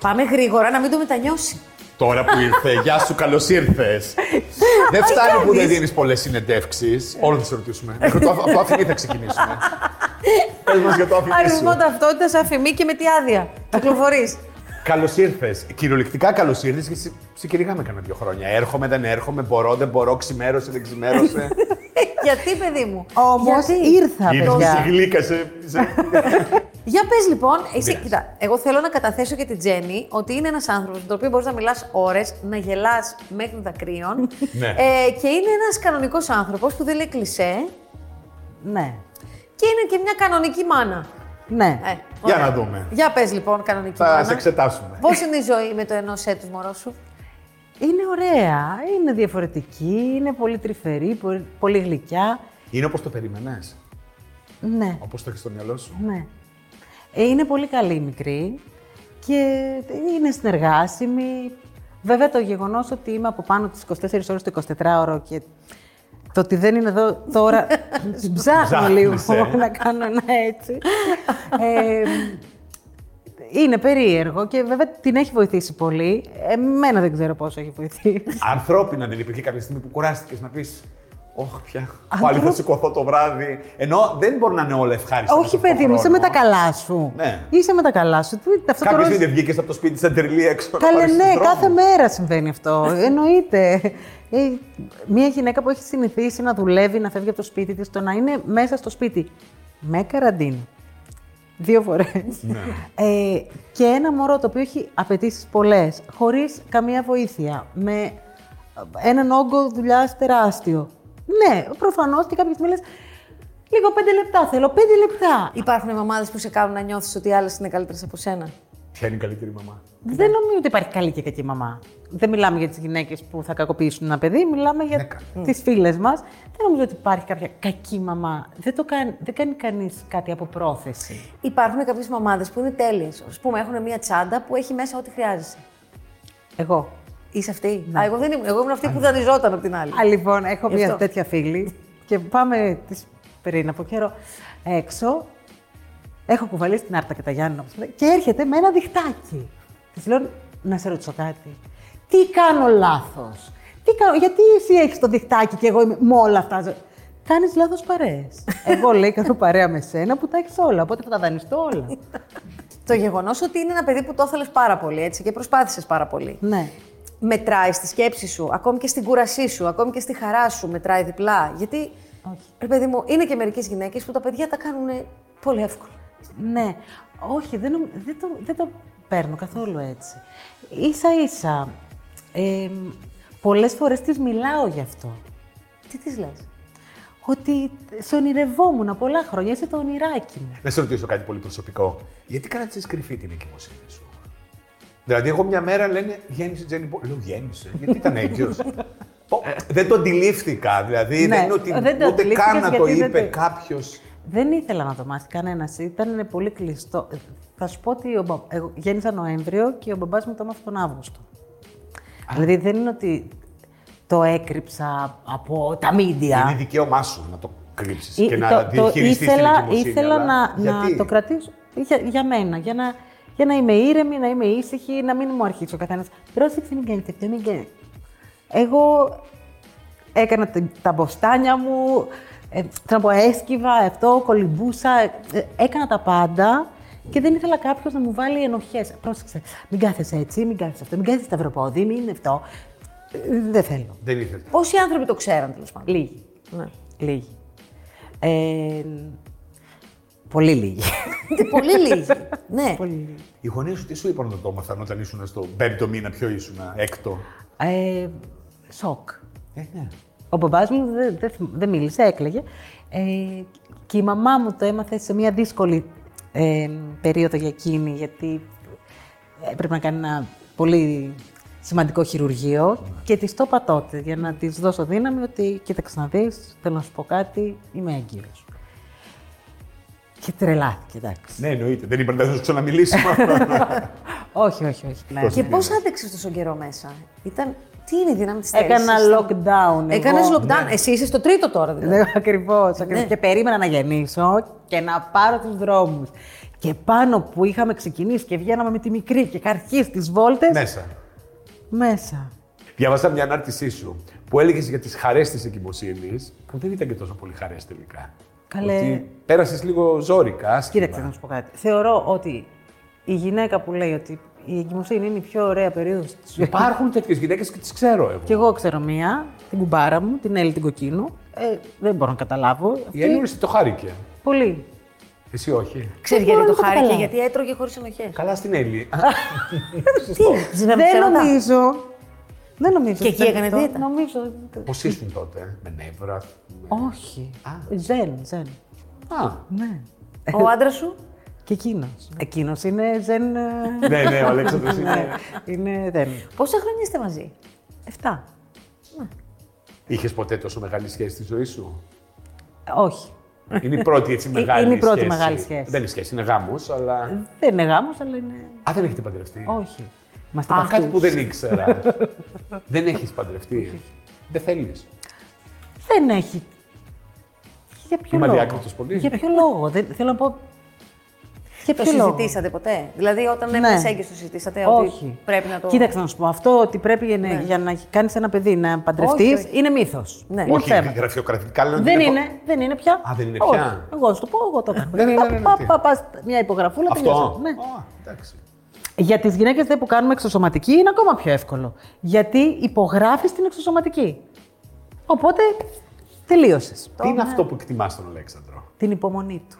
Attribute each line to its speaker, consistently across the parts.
Speaker 1: Πάμε γρήγορα να μην το μετανιώσει.
Speaker 2: Τώρα που ήρθε, γεια σου, καλώς ήρθες. δεν φτάνει που δεν δίνεις πολλές συνεντεύξεις. Όλο θα σε ρωτήσουμε. Μέχρι το, από το αφημί θα ξεκινήσουμε. Πες μας για το αφημί σου.
Speaker 1: Αριθμό ταυτότητας, αφημί και με τι άδεια. Κυκλοφορείς.
Speaker 2: Καλώς ήρθες. Κυριολεκτικά καλώς ήρθες και σε, σε κυνηγάμε κάνα δύο χρόνια. Έρχομαι, δεν έρχομαι, μπορώ, δεν μπορώ, ξημέρωσε, δεν ξημέρωσε.
Speaker 1: Γιατί, παιδί μου.
Speaker 3: Όμως
Speaker 1: Γιατί?
Speaker 3: ήρθα,
Speaker 2: Ήρθε,
Speaker 3: παιδιά.
Speaker 2: γλύκασε. σε-
Speaker 1: Για πες λοιπόν, εσύ,
Speaker 2: Πειράζει.
Speaker 1: κοίτα, εγώ θέλω να καταθέσω για την Τζέννη ότι είναι ένας άνθρωπος με τον οποίο μπορείς να μιλάς ώρες, να γελάς μέχρι δακρύων.
Speaker 2: Ναι.
Speaker 1: ε, και είναι ένας κανονικός άνθρωπος που δεν λέει κλισέ
Speaker 3: Ναι.
Speaker 1: και είναι και μια κανονική μάνα.
Speaker 3: Ναι.
Speaker 1: Ε,
Speaker 2: Για
Speaker 1: ωραία.
Speaker 2: να δούμε.
Speaker 1: Για πες λοιπόν, κανονική
Speaker 2: Θα
Speaker 1: μάνα.
Speaker 2: σε εξετάσουμε.
Speaker 1: Πώς είναι η ζωή με το ενός έτου μωρό σου.
Speaker 3: Είναι ωραία, είναι διαφορετική, είναι πολύ τρυφερή, πολύ, πολύ γλυκιά.
Speaker 2: Είναι όπως το περίμενες.
Speaker 3: Ναι,
Speaker 2: Όπως το έχεις στο μυαλό σου.
Speaker 3: ναι. Ε, είναι πολύ καλή η μικρή και είναι συνεργάσιμη. Βέβαια το γεγονός ότι είμαι από πάνω τις 24 ώρες το 24ωρο και το ότι δεν είναι εδώ τώρα, την ψάχνω λίγο
Speaker 2: Ψάχνεις, ε.
Speaker 3: να κάνω ένα έτσι. Ε, είναι περίεργο και βέβαια την έχει βοηθήσει πολύ. Εμένα δεν ξέρω πόσο έχει βοηθήσει.
Speaker 2: Ανθρώπινα δεν υπήρχε κάποια στιγμή που κουράστηκες να πεις. Όχι πια. Πάλι θα σηκωθώ το βράδυ. Ενώ δεν μπορεί να είναι όλα ευχάριστα.
Speaker 3: Όχι, παιδί μου, είσαι με τα καλά σου.
Speaker 2: Ναι.
Speaker 3: Είσαι με τα καλά σου. Τι- Αυτό το
Speaker 2: Κάποια
Speaker 3: ρόλο-
Speaker 2: στιγμή δεν βγήκε από το σπίτι σαν τρελή έξω. να
Speaker 3: Καλέ,
Speaker 2: πάρεις
Speaker 3: ναι,
Speaker 2: τον
Speaker 3: κάθε
Speaker 2: δρόμο.
Speaker 3: μέρα συμβαίνει αυτό. Εννοείται. Ε, μια γυναίκα που έχει συνηθίσει να δουλεύει, να φεύγει από το σπίτι της, το να είναι μέσα στο σπίτι με καραντίνα. Δύο φορές.
Speaker 2: Ναι.
Speaker 3: Ε, και ένα μωρό το οποίο έχει απαιτήσεις πολλές, χωρίς καμία βοήθεια, με έναν όγκο δουλειά τεράστιο. Ναι, προφανώς και κάποια στιγμή λες, Λίγο πέντε λεπτά θέλω, πέντε λεπτά.
Speaker 1: Υπάρχουν μαμάδες που σε κάνουν να νιώθεις ότι οι άλλες είναι καλύτερες από σένα.
Speaker 2: Ποια είναι η καλύτερη μαμά.
Speaker 3: Δεν νομίζω ότι υπάρχει καλή και κακή μαμά. Δεν μιλάμε για τις γυναίκες που θα κακοποιήσουν ένα παιδί, μιλάμε για
Speaker 2: καλά.
Speaker 3: τις φίλες μας. Δεν νομίζω ότι υπάρχει κάποια κακή μαμά. Δεν, το κάνει, δεν κάνει κανείς κάτι από πρόθεση.
Speaker 1: Υπάρχουν κάποιες μαμάδες που είναι τέλειες. Ας πούμε, έχουν μια τσάντα που έχει μέσα ό,τι χρειάζεσαι.
Speaker 3: Εγώ.
Speaker 1: Είσαι αυτή. Α, εγώ, δεν ήμουν. εγώ ήμουν αυτή που δανειζόταν από την άλλη.
Speaker 3: Α, λοιπόν, έχω
Speaker 1: Γι'
Speaker 3: μια
Speaker 1: αυτό.
Speaker 3: τέτοια φίλη και πάμε τη πριν από καιρό έξω. Έχω κουβαλήσει την Άρτα και τα Γιάννη όπως λέτε, και έρχεται με ένα διχτάκι. Της λέω να σε ρωτήσω κάτι. Τι κάνω λάθος. Τι κάνω, γιατί εσύ έχεις το διχτάκι και εγώ είμαι με όλα αυτά. Κάνεις λάθος παρέες. Εγώ λέει κάνω παρέα με σένα που τα έχει όλα. Οπότε θα τα δανειστώ όλα.
Speaker 1: Το γεγονός ότι είναι ένα παιδί που το ήθελες πάρα πολύ έτσι, και προσπάθησες πάρα πολύ.
Speaker 3: ναι.
Speaker 1: Μετράει στη σκέψη σου, ακόμη και στην κούρασή σου, ακόμη και στη χαρά σου, μετράει διπλά. Γιατί,
Speaker 3: Όχι.
Speaker 1: ρε παιδί μου, είναι και μερικές γυναίκες που τα παιδιά τα κάνουν πολύ εύκολα.
Speaker 3: Ναι. Όχι, δεν, νομ- δεν, το, δεν το παίρνω καθόλου έτσι. Ίσα ίσα. Ε, πολλές φορές της μιλάω γι' αυτό.
Speaker 1: Τι της λες.
Speaker 3: Ότι σε ονειρευόμουν πολλά χρόνια, είσαι το ονειράκι μου.
Speaker 2: Να σε ρωτήσω κάτι πολύ προσωπικό. Γιατί κράτησες κρυφή την εγκυμοσύνη σου. Δηλαδή, εγώ μια μέρα λένε Γέννησε Τζένι Μπόλ. Λέω Γέννησε. Γιατί ήταν έγκυος. δεν το αντιλήφθηκα. Δηλαδή,
Speaker 3: Ναι,
Speaker 2: δεν είναι ότι
Speaker 3: δεν το
Speaker 2: ούτε καν να
Speaker 3: αντιλήφθηκες
Speaker 2: το
Speaker 3: γιατί δεν
Speaker 2: είπε
Speaker 3: το-
Speaker 2: κάποιος.
Speaker 3: Δεν ήθελα να το μάθει κανένας. Ήταν πολύ κλειστό. Ε, Θα σου πω ότι ο μπα... εγώ γέννησα Νοέμβριο και ο μπαμπάς μου το έμαθε τον Αύγουστο. Δηλαδή δεν είναι ότι το έκρυψα από τα μίντια.
Speaker 2: Είναι δικαίωμά σου να το κρύψεις
Speaker 3: Ή-
Speaker 2: και να διαχειριστείς την
Speaker 3: Ε, ήθελα,
Speaker 2: εγκυμοσύνη.
Speaker 3: ήθελα
Speaker 2: αλλά
Speaker 3: να, να
Speaker 2: γιατί?
Speaker 3: το κρατήσω για, για μένα, για να, για να είμαι ήρεμη, να είμαι ήσυχη, να μην μου αρχίσει ο καθένας. Πρόσεξε, μην κάνει αυτό, μην κάνει. Εγώ έκανα τε- τα μποστάνια μου, ε, θέλω να πω, έσκυβα, αυτό, κολυμπούσα, ε, έκανα τα πάντα και δεν ήθελα κάποιος να μου βάλει ενοχές. Πρόσεξε, μην κάθεσαι έτσι, μην κάθεσαι αυτό, μην κάθεσαι σταυροπόδι, μην είναι αυτό. Ε, Δεν θέλω.
Speaker 2: Δεν ήθελε.
Speaker 1: Πόσοι άνθρωποι το ξέραν τέλος πάντων.
Speaker 3: Λίγοι.
Speaker 1: Ναι.
Speaker 3: Λίγοι. Ε, πολύ λίγοι.
Speaker 1: πολύ λίγοι. ναι.
Speaker 3: πολύ λίγοι.
Speaker 2: Οι γονείς σου τι σου είπαν όταν το έμαθαν όταν ήσουν στο πέμπτο μήνα, ποιο ήσουν, έκτο.
Speaker 3: Ε, σοκ.
Speaker 2: Ε, ναι.
Speaker 3: Ο μπαμπάς μου δεν δεν θυμ- δεν μίλησε, έκλαιγε. Ε, και η μαμά μου το έμαθε σε μια δύσκολη ε, περίοδο για εκείνη, γιατί έπρεπε να κάνει ένα πολύ σημαντικό χειρουργείο και της το είπα τότε για να της δώσω δύναμη ότι κοίταξε να δεις, θέλω να σου πω κάτι, είμαι έγκυος. Και τρελάθηκε, εντάξει.
Speaker 2: ναι, εννοείται. Δεν είπαν να σου ξαναμιλήσουμε.
Speaker 3: Όχι, όχι, όχι. πλάι.
Speaker 1: Και πώς άντεξε τόσο καιρό μέσα. Ήταν... Τι είναι η δύναμη της θέληση.
Speaker 3: Έκανα lockdown.
Speaker 1: Έκανες lockdown.
Speaker 3: ναι.
Speaker 1: Εσύ είσαι στο τρίτο τώρα δηλαδή.
Speaker 3: Ακριβώ. Και περίμενα να γεννήσω και να πάρω τους δρόμους. Και πάνω που είχαμε ξεκινήσει και βγαίναμε με τη μικρή και καρχής στι βόλτε.
Speaker 1: Ναι.
Speaker 2: Μέσα.
Speaker 3: Μέσα.
Speaker 2: Διαβάσα μια ανάρτησή σου που έλεγες για τις χαρές της εγκυμοσύνης, που δεν ήταν και τόσο πολύ χαρές τελικά.
Speaker 3: Καλέ.
Speaker 2: Ότι πέρασες λίγο ζώρικα. άσχημα.
Speaker 3: Κοίταξε να σου πω κάτι. Θεωρώ ότι η γυναίκα που λέει ότι η εγκυμοσύνη είναι η πιο ωραία περίοδος της
Speaker 1: Ναι.
Speaker 3: ζωής.
Speaker 2: Υπάρχουν τέτοιες γυναίκες και τις ξέρω εγώ.
Speaker 3: Κι εγώ ξέρω μία, την κουμπάρα μου, την Έλλη την Κοκκίνου. Ε, δεν μπορώ να καταλάβω. Αυτή-
Speaker 2: Η Έλληνε το χάρηκε.
Speaker 3: Πολύ.
Speaker 2: Εσύ όχι.
Speaker 1: Ξέρεις
Speaker 3: Δεν μπορώ
Speaker 1: γιατί το
Speaker 3: να το
Speaker 1: χάρηκε,
Speaker 3: καταλάβω.
Speaker 1: γιατί έτρωγε χωρίς ενοχές.
Speaker 2: Καλά στην Έλλη.
Speaker 1: Τι, ζηλεύει
Speaker 3: Δεν
Speaker 1: ψέματα?
Speaker 3: νομίζω. Δεν νομίζω.
Speaker 1: Και εκεί
Speaker 3: ότι ήταν
Speaker 1: έκανε
Speaker 3: αυτό.
Speaker 1: δίαιτα.
Speaker 3: Νομίζω.
Speaker 2: Πώ ήσουν τότε, ε? με νεύρα. με-
Speaker 3: Όχι. Ζεν, ζεν.
Speaker 2: Α,
Speaker 3: Ναι.
Speaker 1: Ο άντρας σου.
Speaker 3: Και εκείνος. Εκείνος είναι ζεν. ε,
Speaker 2: ναι, ναι, ο Αλέξανδρος
Speaker 3: ναι.
Speaker 2: είναι.
Speaker 3: είναι δεν.
Speaker 1: Πόσα χρόνια είστε μαζί.
Speaker 3: Εφτά.
Speaker 2: Είχες ποτέ τόσο μεγάλη σχέση στη ζωή σου.
Speaker 3: Όχι.
Speaker 2: Είναι η πρώτη έτσι μεγάλη
Speaker 3: Ε, είναι η πρώτη
Speaker 2: σχέση.
Speaker 3: μεγάλη σχέση.
Speaker 2: Δεν είναι σχέση, είναι γάμος, αλλά.
Speaker 3: Δεν είναι γάμος, αλλά είναι.
Speaker 2: Α, δεν έχετε παντρευτεί.
Speaker 3: Όχι. Μας τα
Speaker 2: Α, κάτι
Speaker 3: παχτούς.
Speaker 2: που δεν ήξερα. δεν έχεις παντρευτεί. δεν θέλεις.
Speaker 3: Δεν έχει. Για ποιο
Speaker 2: Είμαι
Speaker 3: λόγο.
Speaker 2: αδιάκριτος πολύ.
Speaker 3: Για ποιο λόγο. Δεν, θέλω να πω. Για
Speaker 1: Το
Speaker 3: ποιο Ε, λόγο.
Speaker 1: συζητήσατε ποτέ. Δηλαδή, όταν
Speaker 3: Ναι.
Speaker 1: έμεινε έγκυος, το συζητήσατε. Ότι
Speaker 3: Όχι.
Speaker 1: πρέπει να το. Ναι.
Speaker 3: Κοίταξε να σου πω. Αυτό ότι πρέπει για να, για να κάνεις ένα παιδί να
Speaker 1: Όχι,
Speaker 3: παντρευτείς
Speaker 1: όχι.
Speaker 3: είναι μύθος.
Speaker 1: Ναι.
Speaker 3: Είναι
Speaker 2: Όχι
Speaker 3: θέμα.
Speaker 2: γραφειοκρατικά, λέω ότι
Speaker 3: Δεν
Speaker 2: πο-
Speaker 3: είναι, δεν είναι πια.
Speaker 2: Α, δεν είναι
Speaker 3: Όχι.
Speaker 2: πια.
Speaker 3: Εγώ σου το πω, εγώ το έκανα.
Speaker 2: Ναι, ναι, ναι, ναι,
Speaker 3: Πα-
Speaker 2: τι.
Speaker 3: πα- πας μια υπογραφούλα,
Speaker 2: Αυτό.
Speaker 3: τελειώσαμε. Ναι.
Speaker 2: Α, εντάξει.
Speaker 3: Για τις γυναίκες δε που κάνουμε εξωσωματική είναι ακόμα πιο εύκολο. Γιατί υπογράφεις την εξωσωματική. Οπότε τελείωσες.
Speaker 2: Τι
Speaker 3: ναι.
Speaker 2: είναι αυτό που εκτιμάς τον Αλέξανδρο
Speaker 3: Την υπομονή του.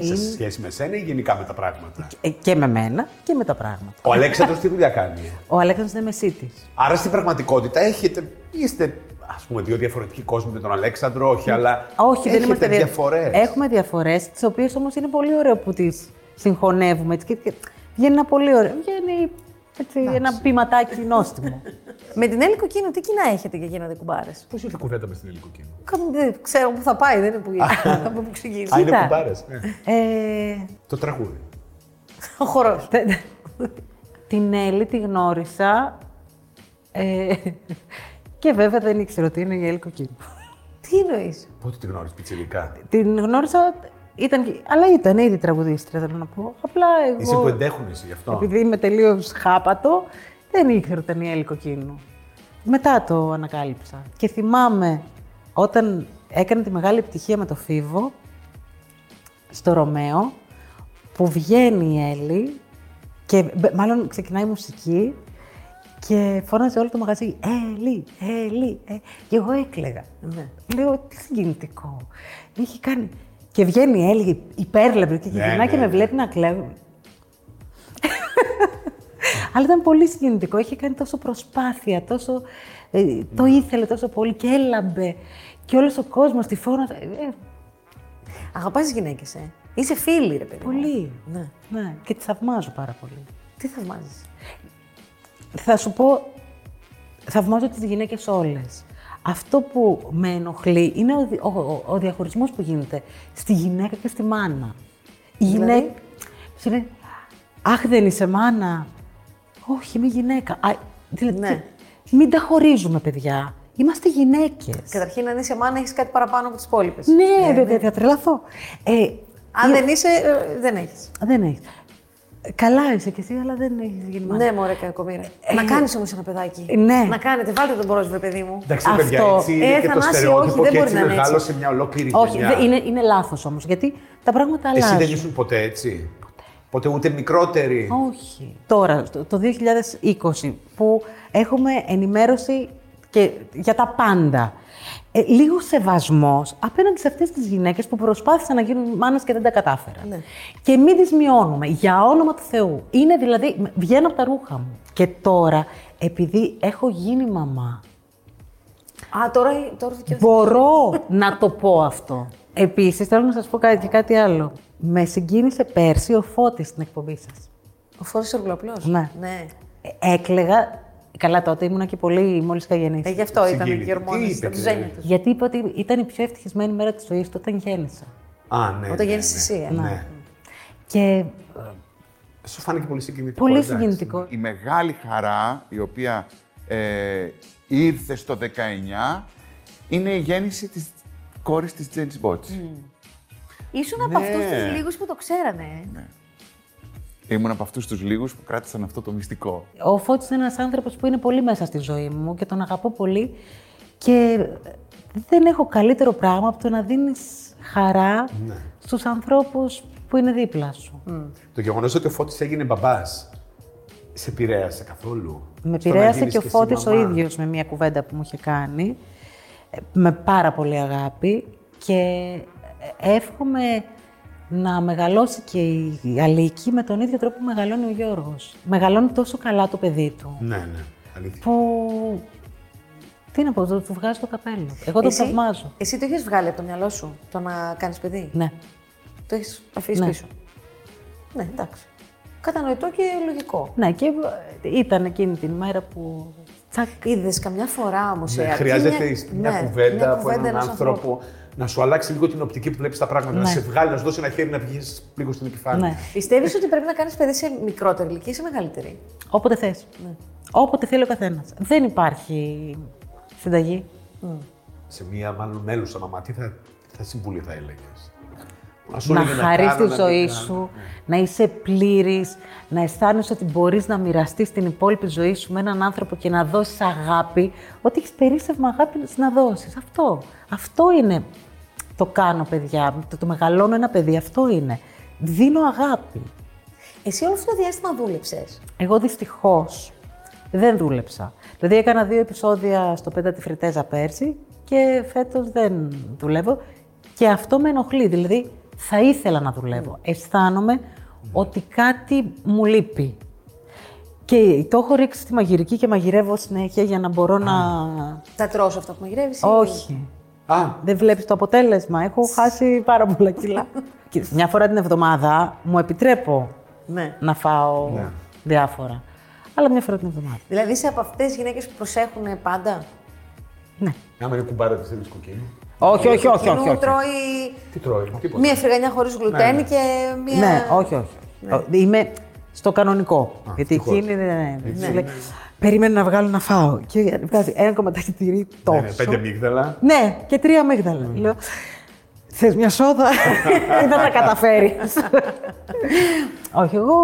Speaker 2: σε σχέση με σένα ή γενικά με τα πράγματα.
Speaker 3: Ε, και με μένα και με τα πράγματα.
Speaker 2: Ο Αλέξανδρος τι δουλειά κάνει.
Speaker 3: Ο Αλέξανδρος είναι μεσίτης.
Speaker 2: Άρα στην πραγματικότητα έχετε, είστε ας πούμε δύο διαφορετικοί κόσμοι με τον Αλέξανδρο, όχι, αλλά
Speaker 3: Ναι. Όχι, δεν
Speaker 2: έχετε
Speaker 3: είμαστε δια-
Speaker 2: διαφορές.
Speaker 3: Έχουμε διαφορές, τις οποίες όμως είναι πολύ ωραίο που τις συγχωνεύουμε. έτσι, και- και Βγαίνει ένα πολύ ωραίο. Βγαίνει έτσι, ένα ποιηματάκι νόστιμο.
Speaker 1: Με την Έλλη Κοκκίνου, τι κοινά έχετε για γίνονται κουμπάρες.
Speaker 2: Πώς ήρθε η κουβέντα μες στην Ελληνική
Speaker 1: Δεν ξέρω πού θα πάει, δεν είναι που, από που
Speaker 2: Α,
Speaker 1: ξεκίνησε.
Speaker 2: είναι
Speaker 3: Κοίτα.
Speaker 2: κουμπάρες. ναι.
Speaker 3: ε,
Speaker 2: Το τραγούδι.
Speaker 1: Ο χορός.
Speaker 3: Δεν- την Έλλη τη γνώρισα. ε, και βέβαια δεν ήξερα ότι είναι η Έλλη Κοκκίνου.
Speaker 1: Τι εννοείς.
Speaker 2: Πότε τη γνώρισες πιτσιρικά.
Speaker 3: Την γνώρισα, ήταν, και- αλλά ήταν ήδη τραγουδίστρια, θέλω να πω. Απλά εγώ,
Speaker 2: Είσαι που εντέχουν εσύ γι' αυτό.
Speaker 3: επειδή είμαι τελείως χάπατο, δεν ήξερα ότι ήταν η Έλλη Κοκκίνου. Μετά το ανακάλυψα. Και θυμάμαι, όταν έκανε τη μεγάλη επιτυχία με το Φίβο, στο Ρωμαίο, που βγαίνει η Έλλη και μπε- μάλλον ξεκινάει η μουσική και φώναζε όλο το μαγαζί «Έλλη, Έλλη, ε, Και εγώ έκλαιγα. Λέω, τι συγκινητικό. Είχε κάνει... Και βγαίνει η Έλλη υπέρλεμπρη και
Speaker 2: Ναι,
Speaker 3: γυρνά και
Speaker 2: ναι,
Speaker 3: με
Speaker 2: ναι.
Speaker 3: βλέπει να κλαίω. Αλλά ήταν πολύ συγκινητικό. Είχε κάνει τόσο προσπάθεια, τόσο. ε, το
Speaker 2: Ναι.
Speaker 3: ήθελε τόσο πολύ και έλαμπε. Και όλος ο κόσμος τη φώναζε. Ε,
Speaker 1: Αγαπάς τις γυναίκες, ε. Είσαι φίλη, ρε παιδί. μου.
Speaker 3: πολύ.
Speaker 1: Ναι.
Speaker 3: Ναι, και τη θαυμάζω πάρα πολύ.
Speaker 1: Τι θαυμάζεις.
Speaker 3: Θα σου πω, θαυμάζω τις γυναίκες όλες. Αυτό που με ενοχλεί είναι ο, δι- ο, ο- ο διαχωρισμός που γίνεται στη γυναίκα και στη μάνα. Η
Speaker 1: Δηλαδή?
Speaker 3: γυναίκα... σου λέει, Αχ, δεν είσαι μάνα. Όχι, είμαι γυναίκα. Α, δηλαδή,
Speaker 1: Ναι.
Speaker 3: Μην τα χωρίζουμε, παιδιά. Είμαστε γυναίκες.
Speaker 1: Καταρχήν, αν είσαι μάνα, έχεις κάτι παραπάνω από τις υπόλοιπες.
Speaker 3: Ναι, βέβαια, θα τρελαθώ. Ε,
Speaker 1: Αν δεν είσαι, ε, δεν έχεις.
Speaker 3: δεν έχεις. Καλά είσαι κι εσύ, αλλά δεν έχεις γίνει μάνα.
Speaker 1: Ναι, μωρέ, κακομοίρα. Να κάνεις όμως ένα παιδάκι.
Speaker 3: ναι.
Speaker 1: Να κάνετε, βάλτε τον πρόεδρο, ρε παιδί μου.
Speaker 2: Εντάξει, παιδιά,
Speaker 3: Αυτό.
Speaker 2: έτσι είναι
Speaker 1: Ε,
Speaker 2: και το
Speaker 1: Θανάση, όχι,
Speaker 2: στερεότυπο
Speaker 1: δεν μπορεί
Speaker 2: και έτσι
Speaker 1: να είναι έτσι.
Speaker 2: μεγάλωσε μια ολόκληρη
Speaker 3: Όχι,
Speaker 2: γενιά.
Speaker 3: δεν- είναι, είναι λάθος όμως, γιατί τα πράγματα
Speaker 2: Εσύ
Speaker 3: αλλάζουν.
Speaker 2: δεν ήσουν ποτέ έτσι. Ποτέ ούτε μικρότερη.
Speaker 3: Όχι. Τώρα, το- το 2020, που έχουμε ενημέρωση και για τα πάντα. Ε, λίγο σεβασμός απέναντι σε αυτές τις γυναίκες που προσπάθησαν να γίνουν μάνες και δεν τα κατάφεραν. Και μην τις μειώνουμε, για όνομα του Θεού. Είναι δηλαδή, μ- βγαίνω από τα ρούχα μου. Και τώρα, επειδή έχω γίνει μαμά,
Speaker 1: Α, τώρα, τώρα δικαιώθηκε.
Speaker 3: Μπορώ να το πω αυτό. Επίσης, θέλω να σας πω κάτι, και κάτι άλλο. Με συγκίνησε πέρσι ο Φώτης στην εκπομπή σας.
Speaker 1: Ο φόρο οργλοπλό.
Speaker 3: Ναι. Έκλεγα. Καλά, τότε ήμουνα και πολύ μόλις είχα
Speaker 1: Ε,
Speaker 3: γεννήσει.
Speaker 1: γι' αυτό ήταν
Speaker 2: Συγκίνητη.
Speaker 1: και
Speaker 2: Τι
Speaker 1: ορμόνε.
Speaker 2: είπε,
Speaker 1: Ήταν του
Speaker 2: κύριε.
Speaker 1: ζένια τους.
Speaker 3: Γιατί είπα ότι ήταν η πιο ευτυχισμένη μέρα της ζωής του όταν ε, γέννησα.
Speaker 2: Α, ναι.
Speaker 1: Όταν
Speaker 2: ναι,
Speaker 1: γέννησες
Speaker 2: ναι.
Speaker 1: εσύ, ε.
Speaker 2: Ναι.
Speaker 3: Και ε,
Speaker 2: Σου φάνηκε πολύ συγκινητικό.
Speaker 3: Πολύ
Speaker 2: εντάξει.
Speaker 3: συγκινητικό.
Speaker 4: Η μεγάλη χαρά η οποία ε, ήρθε στο 19 είναι η γέννηση της κόρης της Τζένις Μπότση.
Speaker 1: Ήσουν από
Speaker 2: Ναι.
Speaker 1: αυτούς τους λίγους που το ξέρανε. ε.
Speaker 4: Ήμουν από αυτούς τους λίγους που κράτησαν αυτό το μυστικό.
Speaker 3: Ο Φώτης είναι ένας άνθρωπος που είναι πολύ μέσα στη ζωή μου και τον αγαπώ πολύ και δεν έχω καλύτερο πράγμα από το να δίνεις χαρά στους ανθρώπους που είναι δίπλα σου.
Speaker 2: Το γεγονός ότι ο Φώτης έγινε μπαμπάς. Σε επηρέασε καθόλου.
Speaker 3: Με
Speaker 2: Στο να
Speaker 3: επηρέασε
Speaker 2: γίνεις
Speaker 3: και ο
Speaker 2: εσύ
Speaker 3: Φώτης ο
Speaker 2: μαμά.
Speaker 3: ίδιος με μια κουβέντα που μου είχε κάνει, ε, με πάρα πολύ αγάπη και εύχομαι να μεγαλώσει και η Αλίκη με τον ίδιο τρόπο που μεγαλώνει ο Γιώργος. Μεγαλώνει τόσο καλά το παιδί του.
Speaker 2: Ναι, ναι. Αλήθεια.
Speaker 3: που. Τι να πω, το- του βγάζει το καπέλο. Εγώ το
Speaker 1: Εσύ-
Speaker 3: θαυμάζω.
Speaker 1: Εσύ το είχε βγάλει από το μυαλό σου το να κάνεις παιδί.
Speaker 3: Ναι.
Speaker 1: Το έχεις αφήσει
Speaker 3: Ναι.
Speaker 1: πίσω. Ναι, εντάξει. Κατανοητό και λογικό.
Speaker 3: Ναι, και ήταν εκείνη την μέρα που. Τσακ.
Speaker 1: Είδες καμιά φορά ε, όμως.
Speaker 3: ε,
Speaker 2: Ναι, χρειάζεται η- μια,
Speaker 3: ναι,
Speaker 1: Ναι,
Speaker 2: κουβέντα από έναν άνθρωπο, να σου αλλάξει λίγο την οπτική που βλέπεις τα πράγματα, να
Speaker 3: Ναι.
Speaker 2: σε βγάλει, να σου δώσει ένα χέρι να πηγαίνεις λίγο στην επιφάνεια.
Speaker 3: Ναι.
Speaker 1: Πιστεύεις ότι πρέπει να κάνεις παιδί σε μικρότερη ηλικία ή σε μεγαλύτερη.
Speaker 3: Όποτε θες. Όποτε θέλει ο καθένας. Δεν υπάρχει συνταγή.
Speaker 2: Σε μία μάλλον μέλουσα μαμά, τι θα, θα συμβούλη θα έλεγες.
Speaker 3: να χαρείς τη ζωή σου, να είσαι πλήρης, να αισθάνεσαι ότι μπορείς να μοιραστείς την υπόλοιπη ζωή σου με έναν άνθρωπο και να δώσεις αγάπη, ότι έχεις περίσσευμα αγάπη να δώσεις. Αυτό. Αυτό είναι το κάνω, παιδιά. Το, το μεγαλώνω ένα παιδί. Αυτό είναι. Δίνω αγάπη.
Speaker 1: Εσύ όλο αυτό το διάστημα δούλεψες.
Speaker 3: Εγώ δυστυχώς δεν δούλεψα. Δηλαδή έκανα δύο επεισόδια στο Πέντα τη Φριτέζα πέρσι και φέτος δεν δουλεύω και αυτό με ενοχλεί. Δηλαδή θα ήθελα να δουλεύω. Αισθάνομαι ότι κάτι μου λείπει. Και το έχω ρίξει στη μαγειρική και μαγειρεύω συνέχεια για να μπορώ να...
Speaker 1: Θα τρώσω αυτό που μαγειρεύεις.
Speaker 3: Όχι.
Speaker 2: Α,
Speaker 3: Δεν βλέπεις το αποτέλεσμα. Έχω χάσει πάρα πολλά κιλά. Και Μια φορά την εβδομάδα μου επιτρέπω
Speaker 1: Ναι.
Speaker 3: να φάω
Speaker 2: Ναι.
Speaker 3: διάφορα. Αλλά μια φορά την εβδομάδα.
Speaker 1: Δηλαδή είσαι από αυτές τις γυναίκες που προσέχουν πάντα.
Speaker 3: Ναι.
Speaker 2: άμα είναι κουμπάρα τη θέλει κοκκίνη.
Speaker 3: Όχι, όχι, όχι,
Speaker 1: Κοινού
Speaker 3: όχι. όχι.
Speaker 1: τρώει
Speaker 2: Τι τρώει, τίποτα.
Speaker 1: μία φρυγανιά χωρίς γλουτένη και μία.
Speaker 3: Ναι, όχι, όχι. Ο- Είμαι στο κανονικό. γιατί
Speaker 2: ευτυχώς.
Speaker 3: εκείνη δεν ναι, σου λέει, Περίμενε να βγάλω να φάω. Και βγάζει ένα κομματάκι τυρί
Speaker 2: Ναι,
Speaker 3: τόσο.
Speaker 2: ναι, πέντε μίγδαλα.
Speaker 3: Ναι, και τρία αμύγδαλα. Λέω, θες μια σόδα, δεν τα καταφέρεις. όχι, εγώ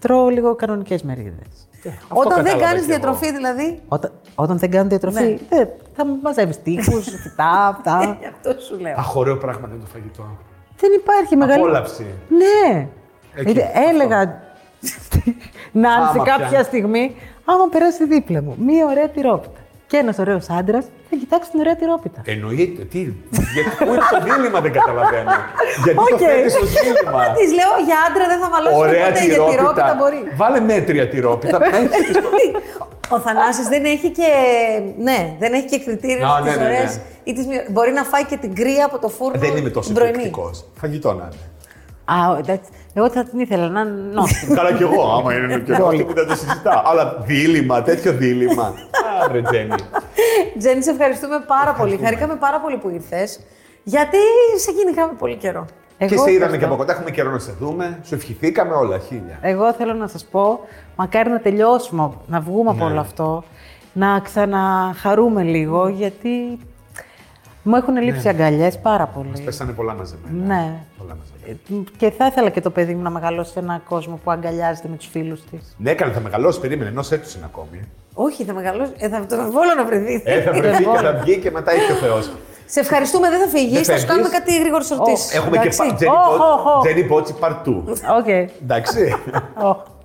Speaker 3: τρώω λίγο κανονικές μερίδες.
Speaker 1: Όταν δεν
Speaker 2: κατάλαβα
Speaker 1: κάνεις
Speaker 2: κι εγώ.
Speaker 1: διατροφή, δηλαδή.
Speaker 3: Όταν, όταν δεν κάνω διατροφή,
Speaker 1: Ναι.
Speaker 3: δεν- θα μου μαζεύεις τείχους, φυτά, αυτά.
Speaker 1: Γι' αυτό σου λέω.
Speaker 2: Αχ, ωραίο πράγμα είναι το φαγητό.
Speaker 3: Δεν υπάρχει μεγάλη.
Speaker 2: Απόλαυση.
Speaker 3: Ναι.
Speaker 2: Εκεί,
Speaker 3: Ε,
Speaker 2: αυτό.
Speaker 3: έλεγα. να σε
Speaker 2: Άμα
Speaker 3: κάποια
Speaker 2: πιάνει.
Speaker 3: στιγμή, άμα περάσει δίπλα μου, μία ωραία τυρόπιτα. Και ένας ωραίος άντρας θα κοιτάξει την ωραία τυρόπιτα.
Speaker 2: Ε. Εννοείται. Τι, γιατί, πού είναι το δίλημα, δεν καταλαβαίνω. γιατί το
Speaker 3: Οκ.
Speaker 2: θέτεις στο δίλημα.
Speaker 1: Της λέω για άντρα δεν θα μαλώσει
Speaker 2: Ωραία
Speaker 1: ποτέ, για τυρόπιτα
Speaker 2: τυρόπιτα.
Speaker 1: μπορεί.
Speaker 2: Βάλε μέτρια τυρόπιτα.
Speaker 1: Ο Θανάσης δεν έχει και, ναι, δεν έχει και κριτήριο
Speaker 2: Να,
Speaker 1: στις
Speaker 2: ναι, ναι, ναι.
Speaker 1: ωραίες ή τις μειω- Μπορεί να φάει και την κρύα από το
Speaker 3: Ε,
Speaker 1: φούρνο
Speaker 2: Δεν είμαι τόσο
Speaker 1: την πρωινή.
Speaker 2: εκρηκτικό. Φαγητό να είναι.
Speaker 3: Α, εντάξει. Εγώ θα την ήθελα να είναι νόστιμη.
Speaker 2: Καλά κι εγώ, άμα είναι και εγώ αυτό που δεν το συζητάω. Αλλά δίλημα, τέτοιο δίλημα. Άρε, Τζένι.
Speaker 1: Τζέννη, σε ευχαριστούμε πάρα πολύ. Χαρήκαμε πάρα πολύ που ήρθες. Γιατί σε κυνηγάμε πολύ καιρό.
Speaker 3: Εγώ
Speaker 2: Και σε είδαμε
Speaker 3: ευχαριστώ. Ε.
Speaker 2: και από κοντά, έχουμε καιρό να σε δούμε. Σου ευχηθήκαμε όλα, χίλια.
Speaker 3: Εγώ θέλω να σας πω, μακάρι να τελειώσουμε, να βγούμε
Speaker 2: Ναι.
Speaker 3: από όλο αυτό, να ξαναχαρούμε λίγο, γιατί μου έχουν
Speaker 2: Ναι.
Speaker 3: λείψει αγκαλιές πάρα πολύ.
Speaker 2: Πέσανε πολλά μαζεμένα.
Speaker 3: Ναι.
Speaker 2: Πολλά μαζεμένα.
Speaker 3: Και θα ήθελα και το παιδί μου να μεγαλώσει σε έναν κόσμο που αγκαλιάζεται με τους φίλους της.
Speaker 2: Ναι, έκανε, θα μεγαλώσει, περίμενε, ενός έτους είναι ακόμη.
Speaker 1: Όχι, θα μεγαλώσει. Ε, θα τον βόλο να βρεθεί.
Speaker 2: Ε, θα βρεθεί και θα βγει και μετά έχει ο Θεός.
Speaker 1: Σε ευχαριστούμε, δεν θα φύγεις.
Speaker 2: Δεν
Speaker 1: Θα σου
Speaker 2: φεύγεις.
Speaker 1: κάνουμε κάτι γρήγορε ερωτήσεις.
Speaker 2: Έχουμε και πα- Τζένι
Speaker 3: Οχ,
Speaker 2: Μπότ-
Speaker 3: οχ, οχ.
Speaker 2: Τζένι Μπότσι παρτού.
Speaker 3: Οκ.
Speaker 2: Εντάξει.
Speaker 3: Οχ.